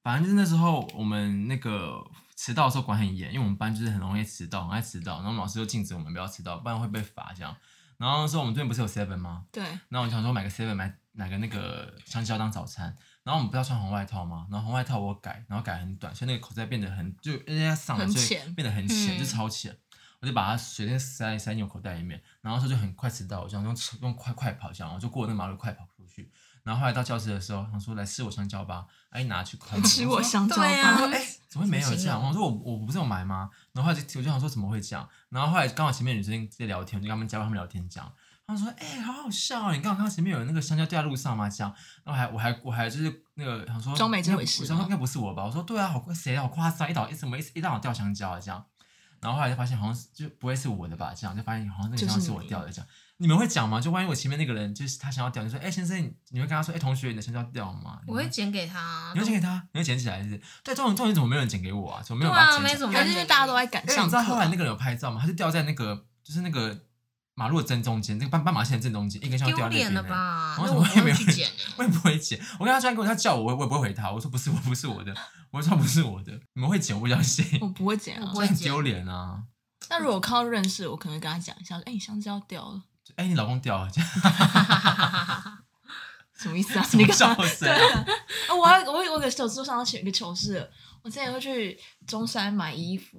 S1: 反正就是那时候我们那个迟到的时候管很严，因为我们班就是很容易迟到，很爱迟到，然后我们老师就禁止我们不要迟到，不然会被罚这样。然后那时候我们这边不是有 seven 吗？
S2: 对，
S1: 那我就想说买个 seven 买买个那个香蕉当早餐，然后我们不是要穿红外套吗？然后红外套我改，然后改很短，所以那个口袋变得很就人家上来
S2: 很
S1: 所以
S2: 浅
S1: 变得很浅，
S3: 嗯
S1: 就超浅。我就把它随便塞塞进我口袋里面，然后那时候就很快迟到，我想用用快快跑这样，我就过那马路快跑出去。然后后来到教室的时候，想说来吃我香蕉吧，哎拿去快
S2: 吃我
S1: 香。
S2: 香蕉
S3: 对啊
S2: 吧。
S1: 哎、怎么会没有
S3: 怎么
S1: 这
S3: 形
S1: 样？
S3: 容
S1: 我说我我不是有买吗？然后后来就我就想说怎么会这样？然后后来刚好前面女生在聊天，我就跟他们加入他们聊天讲，他们说哎、好好笑哦，你刚好看到前面有那个香蕉掉在路上吗？这样，然后还我还我还就是那个想说
S2: 装没这回事
S1: 我想说
S2: 吗
S1: 应该不是我吧？我说对啊，好谁啊好夸张，一早一怎么一一大早掉香蕉啊这样。然后后来就发现好像是就不会是我的吧，这样就发现好像那个
S2: 就
S1: 香
S2: 是
S1: 蕉是
S2: 你
S1: 我掉的这样。你们会讲吗？就万一我前面那个人就是他想要掉，你说哎、先生，你你会跟他说哎、同学你的香蕉掉了吗？
S3: 我会剪给他啊
S1: 你，要剪给他，你要捡起来是不是？对，重点重点怎么没有人捡给我啊？怎么没有人
S3: 对啊
S1: 把它捡
S3: 没
S1: 起来？
S3: 怎 么
S2: 还是因为大家都在赶
S1: 因为你
S2: 上
S1: 知
S2: 课
S1: 道
S2: 啊，
S1: 后来那个人有拍照吗？他就掉在那个就是那个马路的正中间，那个斑斑马线的正中间，一根香蕉
S3: 丢
S1: 掉在那
S3: 脸
S1: 边欸。
S3: 了吧？
S1: 我
S3: 那
S1: 怎
S3: 我
S1: 么
S3: 不
S1: 会没
S3: 哦
S1: 有
S3: 会去
S1: 人
S3: 剪欸
S1: 我也不会捡，我跟他居然跟我他叫我，我也我也不会回他，我说不是我不是我的，我说不是我的，你们会捡我不相信，
S2: 我不会剪
S3: 我
S2: 啊
S3: 不。会
S1: 这很
S3: 捡
S1: 丢脸啊！
S2: 那如果我看到认识，我可能会跟他讲一下，哎、你香蕉掉了，
S1: 就哎、你老公掉了，这样
S2: 什么意思 啊？
S1: 什么
S2: 你干嘛
S1: 笑声啊？
S2: 啊，我还我有我给手桌上写一个糗事了，我之前会去中山买衣服，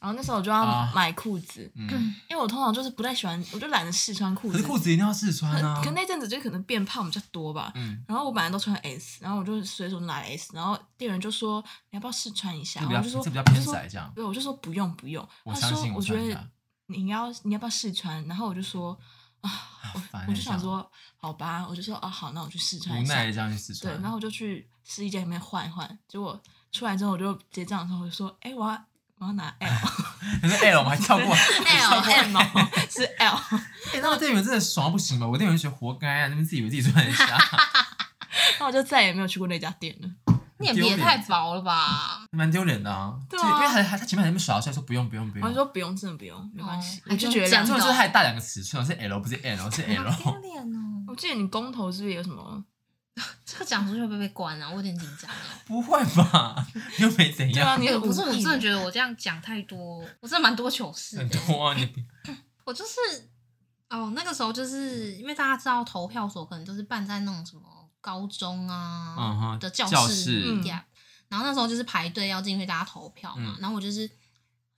S2: 然后那时候我就要
S1: 啊
S2: 买裤子，
S1: 嗯，
S2: 因为我通常就是不太喜欢，我就懒得试穿裤
S1: 可
S2: 子。
S1: 是裤子一定要试穿啊
S2: 可。可那阵子就可能变胖比较多吧，
S1: 嗯，
S2: 然后我本来都穿 S，然后我就随手拿了 S，然后店员就说你要不要试穿一下，
S1: 这比
S2: 然后
S1: 较
S2: 我
S1: 这
S2: 就说
S1: 比较
S2: 我就
S1: 偏
S2: 说
S1: 窄这样。
S2: 对，我就说不用不用，
S1: 我
S2: 他
S1: 相
S2: 说
S1: 信
S2: 我觉
S1: 穿一
S2: 得
S1: 下，
S2: 你要你要不要试穿，然后我就说啊，
S1: 好 烦
S2: 我
S1: 欸
S2: 就想
S1: 这样
S2: 说好吧，我就说啊好，那我去试穿
S1: 无
S2: 一下
S1: 奈，地这样去试
S2: 对，
S1: 穿。
S2: 然后我就去试衣间里面换一换，结果出来之后我就结账的时候我就说，哎，我要我要拿 L
S1: 可是 L 我们还跳 过
S3: L M 哦
S2: 是 L，
S1: 欸，那我店员真的爽到不行吧？我店员学活该啊，那边自己以为自己赚啊很瞎，
S2: 那我就再也没有去过那家店
S3: 嗯
S2: 了。
S3: 面皮也太薄了 吧？
S1: 蛮丢脸的啊。
S2: 对
S1: 就
S2: 啊
S1: 因为还还他前面还没耍帅，说不用不用不
S2: 我就
S1: 用。
S2: 说不用，真的不用，没关系
S3: 哦，
S2: 我就觉得
S3: 还
S2: 两
S1: 这
S3: 用讲
S1: 种就是还大两个尺寸，是 L 不是 L 是 L。
S3: 好丢脸哦！
S2: 我记得你工头是不是有什么？
S3: 这个讲出去会不会被关啊？我有点紧 张啊。
S1: 不会吧？又没怎
S2: 对啊，
S1: 样，
S2: 你
S3: 哎
S2: 有
S3: 不是，我
S2: 武艺
S3: 真的觉得我这样讲太多，我真的蛮多糗事
S1: 很
S3: 的。
S1: 多啊。你
S3: 我就是哦，那个时候就是因为大家知道投票所可能都是办在那种什么高中啊、
S1: 嗯哼
S3: 的教
S1: 教室
S3: 里
S2: 嗯
S3: 呀、然后那时候就是排队要进去大家投票嘛，
S1: 嗯
S3: 然后我就是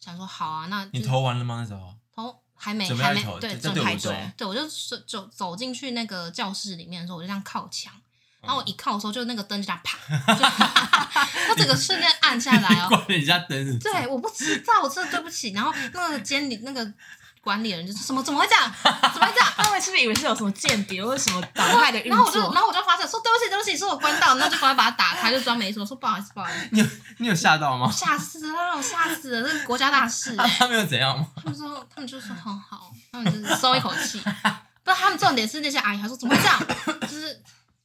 S3: 想说好啊，那就
S1: 你投完了吗？那时候
S3: 投还没
S1: 准备
S3: 还
S1: 要
S3: 没
S1: 投
S3: 对
S1: 这
S3: 就
S1: 这对
S3: 排
S1: 我说
S3: 队，对我就走走走进去那个教室里面的时候，我就这样靠墙。
S1: 嗯
S3: 然后我一靠的时候，就那个灯就这样啪，就 它整个瞬间暗下来 哦，
S1: 关人家灯是不是？
S3: 对，我不知道，我真的对不起。然后那个监理那个管理人就说什么怎么会这样，怎么会 这样？
S2: 他们是不是以为是有什么间谍或者什 么党派的运
S3: 然后我就，然
S2: 作？
S3: 后我就发现说对不起，对不起，说我关到，那就赶快把它打开，就装没什么，说不好意思，不好意思，
S1: 你有你有吓到 吗？
S3: 吓死了，我吓死了，这是国家大事、
S1: 他
S3: 欸。
S1: 他没有怎样吗？
S3: 他们说，他们就说很好，他们就是松一口 气。不是，他们重点是那些阿姨还说怎么会这样， 就是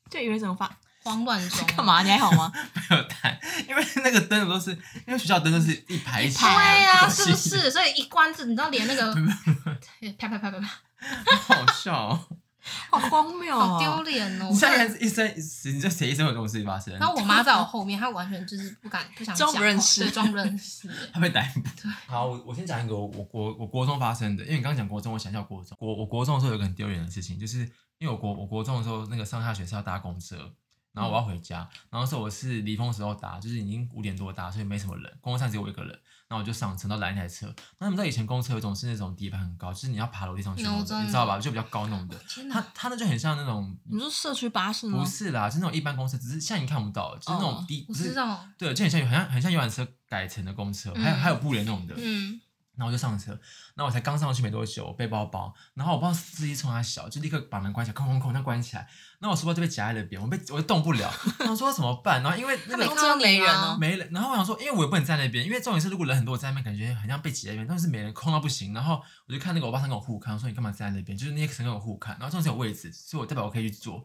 S2: 就以为怎么 发
S3: 慌乱中
S2: 干？嘛？你还好吗？
S1: 没有带，因为那个灯都是，因为学校灯都是一排一起
S3: 对
S2: 一排
S3: 呀、
S1: 东西
S3: 是 不是？所以一关着，你知道连那个啪啪啪啪啪，
S1: 好笑哦。
S2: 好荒谬
S3: 好
S2: 啊！
S3: 丢脸哦！
S1: 你下一个医生，你这谁医生有这种事情发生？
S3: 然后我妈在我后面，她完全就是不敢不想
S2: 装
S3: 讲
S2: 不
S3: 话，
S2: 认识
S3: 对装不认识。
S1: 他被逮捕。好，我我先讲一个我我国我国中发生的，因为你刚刚讲国中，我想一下国中。国我国中的时候有一个很丢脸的事情，就是因为我国我国中的时候那个上下学是要搭公车，然后我要回家，然后那时候我是离峰时候搭，就是已经五点多搭，所以没什么人，公车上只有我一个人，然后我就上车，然后拦一台车。那你们知道以前公车有一种是那种底盘很高，就是你要爬楼梯上去那种
S3: 嗯我知道
S1: 的，你知道吧？就比较高那种的。
S3: 天
S1: 它
S3: 哪！
S1: 它那就很像那种，
S2: 你说社区巴士吗
S1: 不？是啦，是那种一般公车，只是像你看不到，就是那
S2: 哦
S1: 种低，
S3: 我
S1: 就是
S3: 知道，
S1: 对，就很像很像很像游览车改成的公车，还有
S3: 嗯
S1: 还有布帘那种的。
S3: 嗯，
S1: 然后我就上车，然后我才刚上去没多久，我背包包，然后我不知道司机冲他小，就立刻把门关起来，哐哐哐，那关起来，那我书包就被夹在那边，我被我就动不 了，然后说怎么办？然后因为那
S3: 他没
S1: 个
S3: 看到你
S2: 没人
S3: 啊
S2: 哦，
S1: 没人，然后我想说，因为我也不能站那边，因为重点是如果人很多，我站那边感觉很像被挤在那边，但是没人，空到不行。然后我就看那个欧巴桑跟我互看，我说你干嘛站在那边？就是那些乘客跟我互看，然后重点是有位置，所以我代表我可以去坐。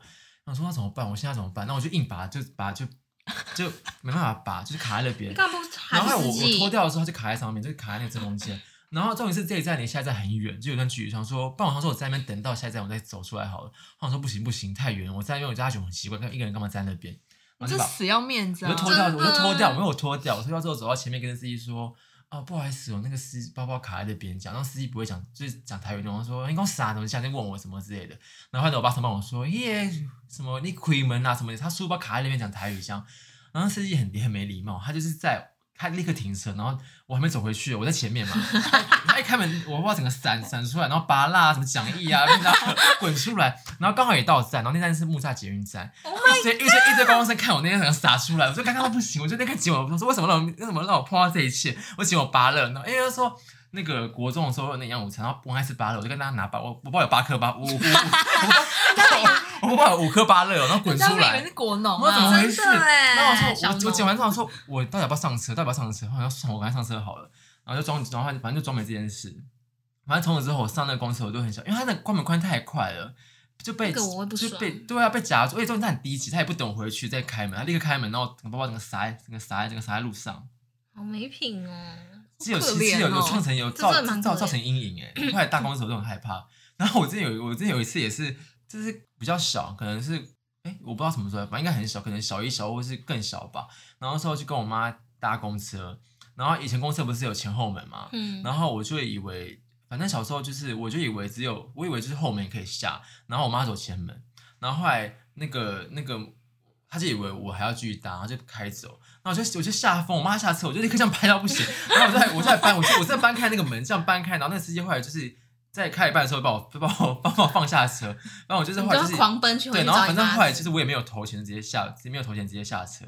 S1: 然后我说那怎么办？我现在怎么办？那我就硬拔，就拔就 就没办法拔，就是卡在那边
S3: 你。干嘛不
S1: 然
S3: 喊
S1: 后我
S3: 自己？
S1: 我脱掉的时候，它就卡在上面，就是卡在那个正中间。然后重点是这一站离下一站很远，就有段距离。想说，不然我想说我在那边等到下一站，我再走出来好了。我想说不行不行，太远了，我在那边我家觉得很奇怪，看一个人干嘛在那边？
S2: 你
S1: 然后就
S2: 哦这
S1: 把
S2: 死要面子
S1: 我就
S2: 啊！
S1: 脱掉，
S3: 真
S1: 我
S3: 的
S1: 就脱掉，我没有脱掉，我脱掉之后走到前面跟司机说。啊、不好意思，我那个司包包卡在那边讲，然后司机不会讲，就是讲台语那种，他说你讲啥东西啊，在问我什么之类的。然后后来我爸常帮我说，耶，什么你鬼门啊什么的，他书包卡在那边讲台语这样。然后司机很很没礼貌，他就是在他立刻停车，然后我还没走回去，我在前面嘛，他 他一开门，我把整个闪闪出来，然后拔蜡什么讲义啊，然后滚出来，然后刚好也到站，然后那站是木栅捷运站，
S3: Oh
S1: 一堆一堆一堆高中生看我那天整个傻出来，我就尴尬到不行，我就那个姐我说为什么让我为什么让我碰到这一切，我姐我拔了，然后因为她说。那个国中的时候有那营养午餐，然后我开始拔了，我就跟大家拿拔，我我不知道有八颗八，我我我 我我不知道有五颗芭乐，然后滚
S2: 人家
S1: 出
S2: 会以为
S1: 来
S2: 是，国农
S1: 我怎么
S2: 啊！
S1: 回事？
S3: 真的欸
S1: 然后我说
S3: 小
S1: 我
S3: 农
S1: 我剪完之后说，我到底要不要上车？到底要不要上车？好像算我赶快上车好了。然后就装，然后反正就装没这件事。反正从此之后，我上那个公车我就很小，因为它那个关门关太快了，就被
S3: 那个我会不
S1: 就
S3: 爽
S1: 被对啊被夹住，而且重点是它很低级，他也不等我回去再开门，他立刻开门，然后整个包包整个撒在整个撒在整个撒在路上，
S3: 好没品哦。
S1: 是有
S2: 可
S1: 其实有
S2: 怜哦
S1: 有创成有
S3: 这
S1: 造
S3: 真的蛮
S1: 造
S3: 可怜
S1: 造成阴影哎、后来大公司我都很害怕。然后我之前有一我之前有一次也是，就是比较小，可能是哎我不知道什么时候，反正应该很小，可能小一小二或是更小吧。然后那时候就跟我妈搭公车，然后以前公车不是有前后门嘛，
S3: 嗯，
S1: 然后我就以为，反正小时候就是，我就以为只有我以为就是后门可以下，然后我妈走前门，然后后来那个那个，她就以为我还要继续搭，然后就开走，然后我就我就吓疯，我妈下车，我就立刻这样拍到不行，然后我就在我就在搬，我就我在搬开那个门，这样搬开，然后那个司机后来就是在开一半的时候把我把我把我放下车，然后我就是
S3: 你
S1: 后
S3: 就
S1: 来
S3: 要
S1: 就是
S3: 狂奔去回
S1: 对，
S3: 去
S1: 然后
S3: 找
S1: 反
S3: 你
S1: 正后来
S3: 妈
S1: 其
S3: 死。
S1: 实我也没有投钱直接下，没有投钱直接下车，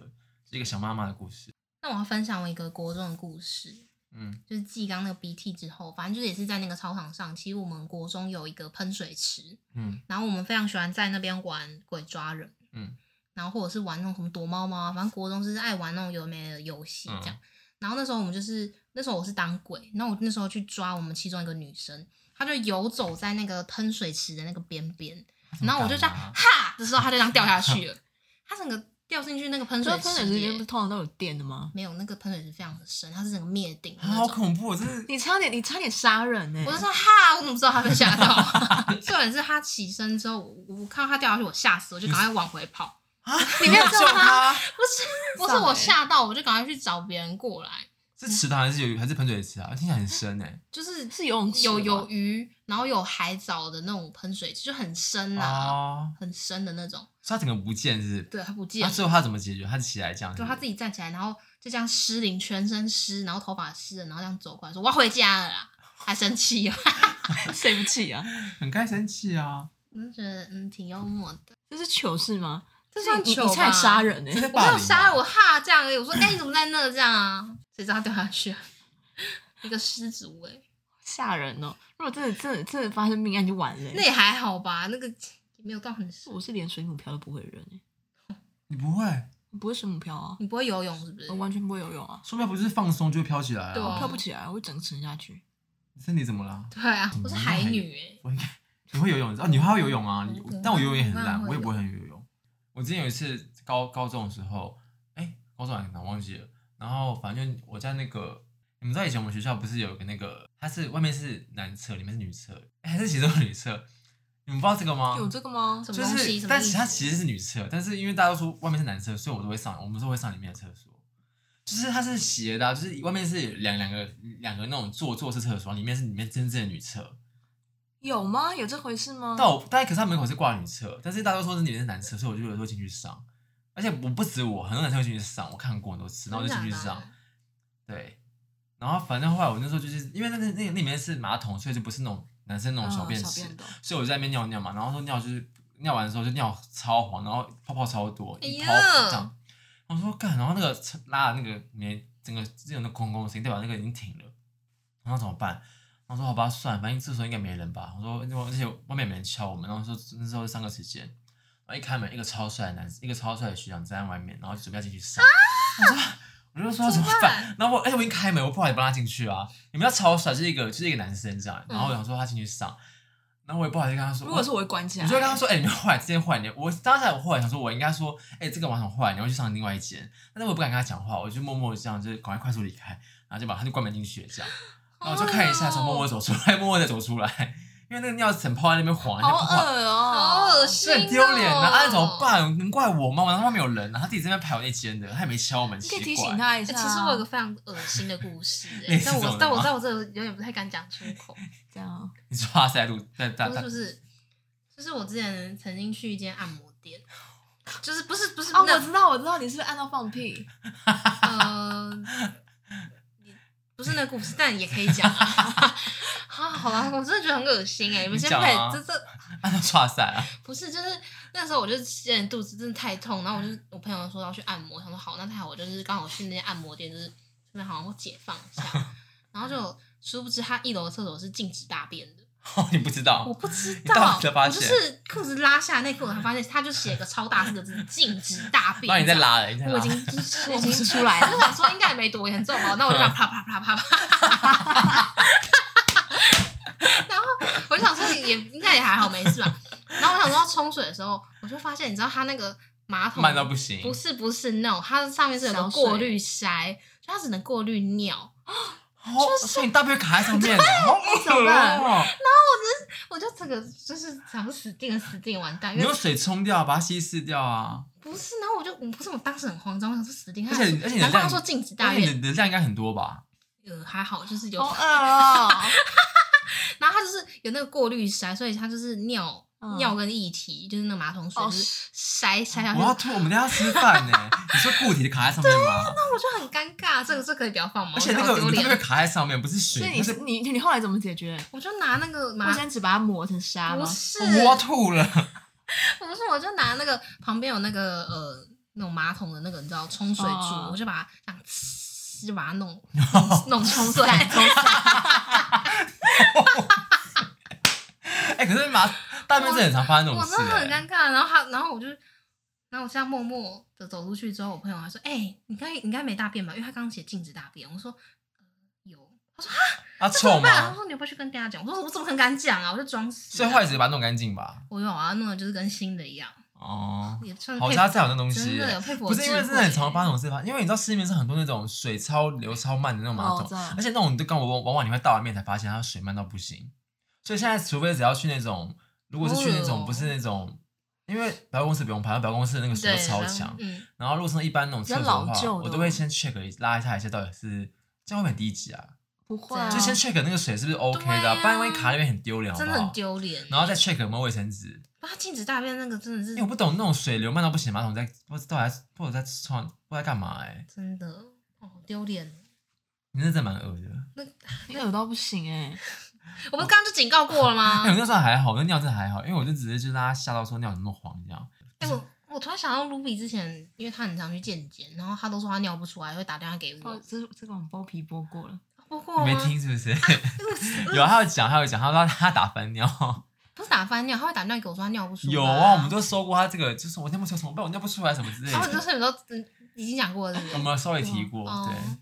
S1: 是一个小妈妈的故事，
S3: 那我要分享我一个国中的故事。
S1: 嗯
S3: 就是继刚那个 BT 之后，反正就是也是在那个操场上，其实我们国中有一个喷水池，
S1: 嗯
S3: 然后我们非常喜欢在那边玩鬼抓人，
S1: 嗯，
S3: 然后或者是玩那种什么躲猫猫啊，反正国中就是爱玩那种有的没的游戏这样。
S1: 嗯
S3: 然后那时候我们就是那时候我是当鬼，那我那时候去抓我们其中一个女生，她就游走在那个喷水池的那个边边，然后我就这样
S1: 她干嘛
S3: 哈的时候，她就这样掉下去了，她整个掉进去那个喷
S2: 你
S3: 水
S2: 说
S3: 池
S2: 喷水之
S3: 耶
S2: 间不是通常都有电的吗？
S3: 没有那个喷水池非常的深，它是整个灭顶的那
S1: 啊好
S3: 种
S1: 恐怖， 真是。
S2: 你差点，你差点杀人欸呢！
S3: 我就说哈，我怎么知道他被吓到？ 重点是他起身之后，我我看到他掉下去，我吓死，我就赶快往回跑。
S1: 啊，
S2: 你没有
S1: 救
S2: 救
S1: 他
S2: 他？
S3: 不是，不是
S2: 上来
S3: 我吓到，我就赶快去找别人过来。
S1: 是池塘还是有还是喷水池啊？听起来很深哎、
S3: 就是
S2: 是游泳池
S3: 有
S2: 吗
S3: 有鱼，然后有海藻的那种喷水池，就很深啊，
S1: 哦，
S3: 很深的那种。
S1: 所以它整个不见是不
S3: 对，他不
S1: 啊是？
S3: 见
S1: 那
S3: 了，
S1: 最后他怎么解决？他起来这样子，
S3: 就他自己站起来，然后就这样湿淋，全身湿，然后头发湿了，然后这样走过来说：“我要回家了啦。”还生气啊！
S2: 谁不气啊？
S1: 很该生气啊！
S3: 我就觉得嗯挺幽默的。
S2: 这是糗事吗？
S3: 这
S2: 你
S3: 算
S2: 你
S3: 糗
S2: 你差点
S3: 吧
S2: 杀人呢！欸
S1: 这是
S3: 我没
S1: 霸
S3: 有
S1: 凌
S3: 杀
S1: 吧
S3: 了我哈这样而已。我说，哎、你怎么在那这样啊？ 谁知道他掉下去了，一个失足哎、
S2: 吓人哦！如果真的真的真的发生命案就完了欸。
S3: 那也还好吧，那个没有到很深。
S2: 我是连水母漂都不会扔欸，
S1: 你不会，
S2: 我不会水母漂啊，
S3: 你不会游泳是不是
S2: 我？完全不会游泳啊，
S1: 说不定不是放松就会飘起来
S3: 对啊
S2: 漂不起来，我会整沉下去。
S1: 你身体怎么了？
S3: 对啊
S1: 怎，么
S3: 我是
S1: 会
S3: 海女哎、
S1: 我应该你会游泳
S3: 嗯
S1: 哦，你还会游泳啊？你
S3: 我不会
S1: 但我游泳也很烂，
S3: 我
S1: 我也不
S3: 不会
S1: 会很游泳。我之前有一次高高中的时候，哎、高中还是哪忘记了。然后反正我在那个，你们知道以前我们学校不是有一个那个，它是外面是男厕，里面是女厕，哎还是其中女厕。你们不知道这个
S3: 哦
S1: 吗？
S2: 有这个吗？
S3: 什么
S1: 就
S3: 东西？
S1: 是，
S3: 什么
S1: 但
S3: 意
S1: 其
S3: 思
S1: 它其实是女厕，但是因为大家都说外面是男厕，所以我都会上，我们都会上里面的厕所。就是它是斜的啊、就是外面是两两个两个那种坐坐式厕所，里面是里面真正的女厕。
S2: 有吗？有这回事吗？
S1: 但我但可是它门口是挂女厕，但是大家都说是里面是男厕，所以我就有时候进去上。而且我不止我，很多男生会进去上，我看过很多次，然后我就进去
S3: 真的
S1: 上
S3: 啊。
S1: 对，然后反正后来我那时候就是因为那个那个那里面是马桶，所以就不是那种男生那种
S2: 嗯
S1: 小便
S2: 小
S1: 池，
S2: 便斗
S1: 所以我就在那边尿尿嘛，然后说尿就是尿完的时候就尿超黄，然后泡泡超多，
S3: 哎
S1: 一
S3: 呀
S1: 泡这样。我说干，然后那个拉的那个连整个这种的空空的声音，代表那个已经停了。然后怎么办？然后说好吧，算了，反正厕所应该没人吧。我说，因为而且外面没人敲我们，然后说那时候上课时间，然后一开门，一个超帅的男，一个超帅的学长站在外面，然后就准备要进去上。
S2: 啊
S1: 我就说
S3: 怎
S1: 怎
S3: 么
S1: 么
S3: 办
S1: 办？然后我哎而且我已经开门，我不好意思帮他进去啊。你们要超帅，就是一个就是一个男生这样。然后我想说他进去上，然后我也不好意思跟他说。
S2: 嗯如果是我会关起来，
S1: 我就会跟他说：“哎、你们坏，这间坏你。”我当下我后来想说，我应该说：“哎、这个马桶坏，你要去上另外一间。”但是我不敢跟他讲话，我就默默地这样，就是赶快快速离开，然后就把他就关门进去了这样。然后我就看一下，才默默地走出来，默默的走出来，因为那个尿整泡在那边滑，那
S2: 好
S1: 边不滑，
S2: 恶哦，
S3: 好恶
S1: 是
S3: 心、哦，
S1: 很丢脸的。啊，怎么办？能怪我吗？我后面有人啊，他自己这边排我那间的，他也没敲门，
S2: 你
S1: 奇
S2: 可
S1: 怪。
S2: 以提醒他一
S3: 欸
S2: 下啊。
S3: 其实我有个非常恶心的故事、欸
S1: 类，似
S3: 但
S1: 这种
S3: 我
S1: 的
S3: 但我
S1: 吗
S3: 知道我这有点不太敢讲出 口，
S2: 这样，
S1: 你说他是在录在在
S3: 不是
S1: 在
S3: 不是，就是我之前曾经去一间按摩店，就是不是不是
S2: 哦，
S3: 那
S2: 我知道，我知道你是不是按到放屁，
S3: 呃，不是那故事，但也可以讲、 啊。好好啦，我真的觉得很恶心哎、你们
S1: 你
S3: 先
S1: 讲
S3: 配
S1: 啊
S3: 这这
S1: 按照刷塞啊？
S3: 不是，就是那时候我就之前肚子真的太痛，然后我就我朋友说要去按摩，想说好，那太好，我就是刚好去那间按摩店，就是这边好像会解放 一下，然后就殊不知他一楼的厕所是禁止大便的，
S1: 哦，你不知道
S3: 我？不知
S1: 你到
S3: 道，
S1: 底才发
S3: 我就
S1: 现
S3: 是裤子拉下内裤，我才发现他就写个超大四个字“禁止大便”，
S1: 那你在，拉了，你在
S3: 我
S1: 拉
S3: 已。经就是我已
S2: 我
S3: 经
S2: 不是出来了
S3: 我就想说应该也没多严重哦吧，那我就这样啪啪啪啪啪。 然后我就想说也应该也还好没事吧。然后我想说要冲水的时候，我就发现你知道它那个马桶
S1: 慢到不行，
S3: 不是不是 no，它上面是有个
S2: 小水
S3: 过滤筛，就它只能过滤尿。
S1: 哦，所以你大便卡在上面了，啊 好恶哦！
S3: 我就这个就是想说死定了死定了完蛋，因
S1: 你
S3: 为
S1: 用水冲掉，把它稀释掉啊！
S3: 不是，然后我就我不是我当时很慌张，我想说死定了。
S1: 而且而且你
S3: 难
S1: 的
S3: 怪
S1: 量，
S3: 他说禁止大
S1: 而且
S3: 便，
S1: 你的量应该很多吧？
S3: 呃还好就是 有，
S2: 好恶哦，
S3: 然后它就是有那个过滤筛，所以它就是尿、
S2: 嗯
S3: 尿跟液体，就是那个马桶水
S2: 哦
S3: 就是筛筛下去，
S1: 我
S3: 哦
S1: 要
S3: 然
S1: 吐，我们等一下吃饭呢。你说固体的卡在上面吗？
S3: 后我就很尴尬，这个这可以不要放吗？
S1: 而且
S3: 哦
S1: 那
S3: 我觉得好
S1: 个
S3: 丢
S1: 你大便
S3: 脸，
S1: 卡在上面，不是水
S2: 所以，
S1: 那
S2: 你
S1: 是
S2: 是你你后来怎么解决？
S3: 我就拿那个马哦
S2: 卫生纸把它磨成沙
S3: 不
S2: 吗？
S3: 是
S1: 哦我要吐了。
S3: 不是，我就拿那个旁边有那个呃那种马桶的那个你知道冲水柱，
S2: 哦
S3: 我就把它这样呲就把它弄 弄弄冲水，
S1: 哎，可是马大便是很常发生这种
S3: 我
S1: 事
S3: 真的很
S1: 欸，
S3: 尴尬。然后他，然后我就，然后我现在默默的走出去之后，我朋友还说：“哎、你刚才你应该没大便吧？因为他刚刚写禁止大便。”我说：“呃、有。”他说：“哈，
S1: 啊
S3: 那怎么
S1: 臭
S3: 办？”他
S1: 吗？
S3: 说：“你要不要去跟大家讲？”我说：“我怎么可能敢讲啊？我就装死、
S1: 所以
S3: 啊。”
S1: 坏死把它弄干净吧。
S3: 我有啊，弄的就是跟新的一样，
S1: 哦，
S3: 也算
S1: 好
S3: 佩
S1: 像
S3: 服
S1: 在有那东西
S3: 真的
S1: 欸
S3: 有。佩服我
S1: 不
S3: 智慧
S1: 是
S3: 欸。
S1: 因为真的很常发生这种事吧？因为你知道市面上很多那种水超流超慢的那种马
S2: 哦，
S1: 桶
S2: 我，知道
S1: 而且那种你就刚我往往你会倒完面才发现它水慢到不行，所以现在除非只要去那种，如果是去那
S3: 哦哟
S1: 种不是那种，因为百货公司不用排，百货公司的那个水
S3: 对
S1: 都超
S3: 然后
S1: 强。
S3: 嗯，
S1: 然后路上一般那种厕所
S2: 比较
S1: 的
S2: 老旧
S1: 话，
S2: 的哦
S1: 我都会先 check 一拉一下一下到底是这样会不会很低级啊？
S2: 不会啊，
S1: 就先 check 那个水是不是 OK
S3: 对
S1: 的啊，
S3: 啊
S1: 不然万一卡那边很丢脸，好
S3: 真
S1: 不
S3: 的很
S1: 好？
S3: 丢脸。
S1: 然后再 check 有没有卫生纸，
S3: 他禁止大便那个真的是
S1: 因为我不懂那种水流慢到不行，马桶在不知道还或者在创不知道在干嘛哎，
S3: 真的哦好丢脸。
S1: 你那真的蛮恶
S3: 啊
S1: 的。
S2: 那有到不行哎，
S3: 我们刚刚就警告过了吗
S1: 哎、？我那时候还好，我那尿真的还好，因为我就直接就让他吓到说尿怎么那么黄这样。
S3: 哎、我我突然想到，卢比之前，因为他很常去健检，然后他都说他尿不出来，会打电话给
S2: 哦
S3: 我，。
S2: 这这个我们剥皮剥过了，
S3: 包括
S1: 你
S3: 吗？
S1: 没听是不 是？有啊，他有讲，他有讲，他说他打翻尿。
S3: 不是打翻尿，他会打电话给我说他尿不出来。
S1: 有啊，我们。都说过他这个，就是我尿不出来什么，不然我尿不出来什么之类
S3: 然后就
S1: 的。
S3: 是有时候嗯，已经讲过了，对不
S1: 我
S3: 对？
S1: 们稍微提过，
S3: 哦
S1: 对。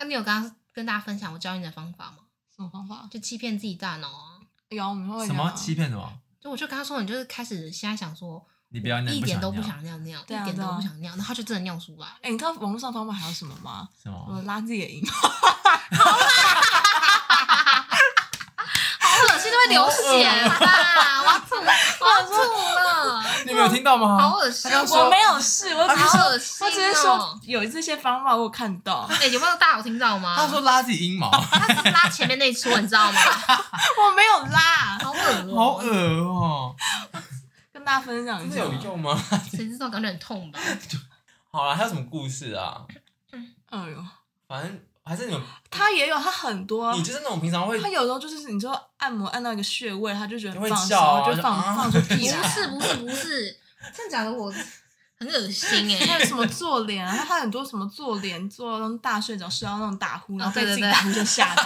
S3: 那你有跟他跟大家分享我教你的方法吗？
S2: 什么方法？
S3: 就欺骗自己大脑啊！
S2: 有，我们会
S1: 什么
S2: 讲
S1: 欺骗什么？
S3: 就我就跟他说，你就是开始现在想说，
S1: 你不要尿，
S3: 一
S1: 你不
S3: 点
S1: 想
S3: 都
S1: 尿，
S3: 不想尿尿，
S2: 对啊
S3: 一点都
S2: 对啊
S3: 不想尿，然后他就真的尿出来。
S2: 哎、你知道网络上方法还有什么吗？
S1: 什
S3: 嗯
S2: 我
S1: 么？
S2: 拉自己的音，
S3: 啊好恶心，都会流血啦！我要吐
S1: 有听到吗？
S3: 好恶心
S1: 他
S3: 哦！
S1: 刚说
S2: 我没有事，我只是
S3: 好
S2: 说，
S3: 恶心
S2: 我只是
S3: 哦
S2: 说！有这些方法我有看到，
S3: 哎，有没有大家有听到吗？
S1: 他说拉自己阴毛，
S3: 他是拉前面那一撮，你知道吗？
S2: 我没有啦，
S3: 好恶哦
S1: 好恶哦、
S2: 跟大家分享
S1: 真
S2: 一
S1: 的
S2: 下。
S1: 有用吗？
S3: 谁知道感觉很痛吧？
S1: 好了，还有什么故事啊？
S2: 哎呦，
S1: 反正还是你们，
S2: 他也有，他很多
S3: 哦
S2: 啊
S1: 你。就是那种平常会
S2: 他
S3: 哎
S2: 有时候就是你说按摩按到一个穴位，他就觉得
S1: 会
S2: 放松，
S1: 笑啊
S2: 就
S1: 就
S2: 放、
S1: 啊
S2: 放出屁来。
S3: 不是不是不是，真的假的？我很恶心
S2: 还
S3: 哎！
S2: 有什么做脸啊？他很多什么做脸，做那种大睡着睡到那种打呼，然后被
S3: 哦对
S2: 自己
S3: 对对
S2: 打呼就吓到，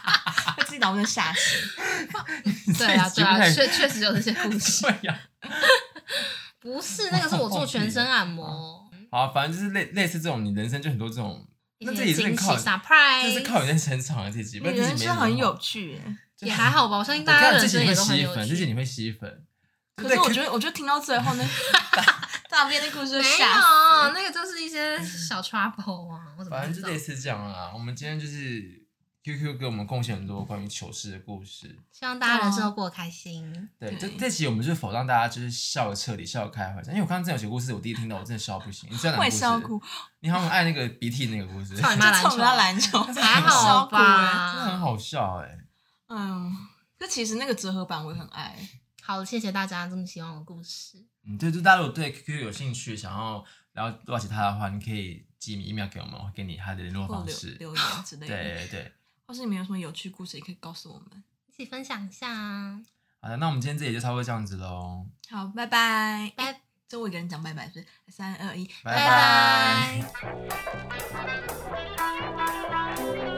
S2: 被自己打呼就吓死。
S3: 对啊对啊，
S1: 这一集
S3: 确确实有这些故事。
S1: 不太对呀、
S3: 不是那个是我做全身按摩，
S1: 好，反正就是类类似这种，你人生就很多这种，那这也
S3: 一
S1: 是
S3: 些惊喜
S1: 靠这是
S3: surprise，
S1: 靠你在成长的自己，不
S2: 你
S1: 然自己没
S2: 人生
S1: 什么
S2: 很
S1: 好
S2: 有趣耶，
S1: 就
S3: 也
S1: 是
S3: 还好吧。我相信
S1: 我
S3: 大家
S1: 看
S3: 人
S1: 自己
S3: 生
S1: 你
S3: 也
S1: 会
S3: 都很
S1: 吸
S3: 有
S1: 粉，自己
S3: 趣。
S1: 你会吸粉，
S2: 可是我觉
S1: 得
S2: 得，我觉得听到 最后那大便那故事就
S3: 没
S2: 吓死。
S3: 有，啊那个就是一些小 trouble 啊，我怎么
S1: 反正
S3: 知
S1: 就
S3: 道
S1: 类？似这样啊。我们今天就是 QQ 给我们贡献很多关于糗事的故事。
S3: 希望大家
S1: 啊
S3: 人生都过得 开心。
S1: 对，这
S2: 对
S1: 这期我们就否让大家就是笑的彻底，笑得开怀。因为我看到真有些故事，我第一听到我真的笑不行。你知道哪
S2: 我
S1: 个
S2: 也
S1: 故
S2: 笑
S1: 事
S2: 哭？，
S1: 你好像爱那个鼻涕那个故事，
S3: 操你
S1: 真
S3: 妈
S2: 就
S3: 篮
S2: 冲他篮球，
S3: 球，还
S2: 笑
S3: 好
S2: 哭耶。
S1: 的很
S3: 吧？
S1: 好笑哎、
S2: 嗯，可其实那个折合版我也很爱。
S3: 好，谢谢大家这么喜欢我的故事。
S1: 嗯，对，就大家如果对 QQ 有兴趣，想要了了解他的话，你可以寄 email 给我们，我会给你他的联络
S2: 或
S1: 方
S2: 留
S1: 式。
S2: 留言之类
S1: 对
S2: 的，
S1: 对对，
S2: 或是你们有什么有趣故事也可以告诉我们。
S3: 一起分享一下啊，
S1: 好的，那我们今天这里就差不多这样子喽，
S2: 好，拜拜。
S3: 拜
S2: 就我一个人讲拜拜，是不是？三二一，
S1: 拜
S3: 拜拜。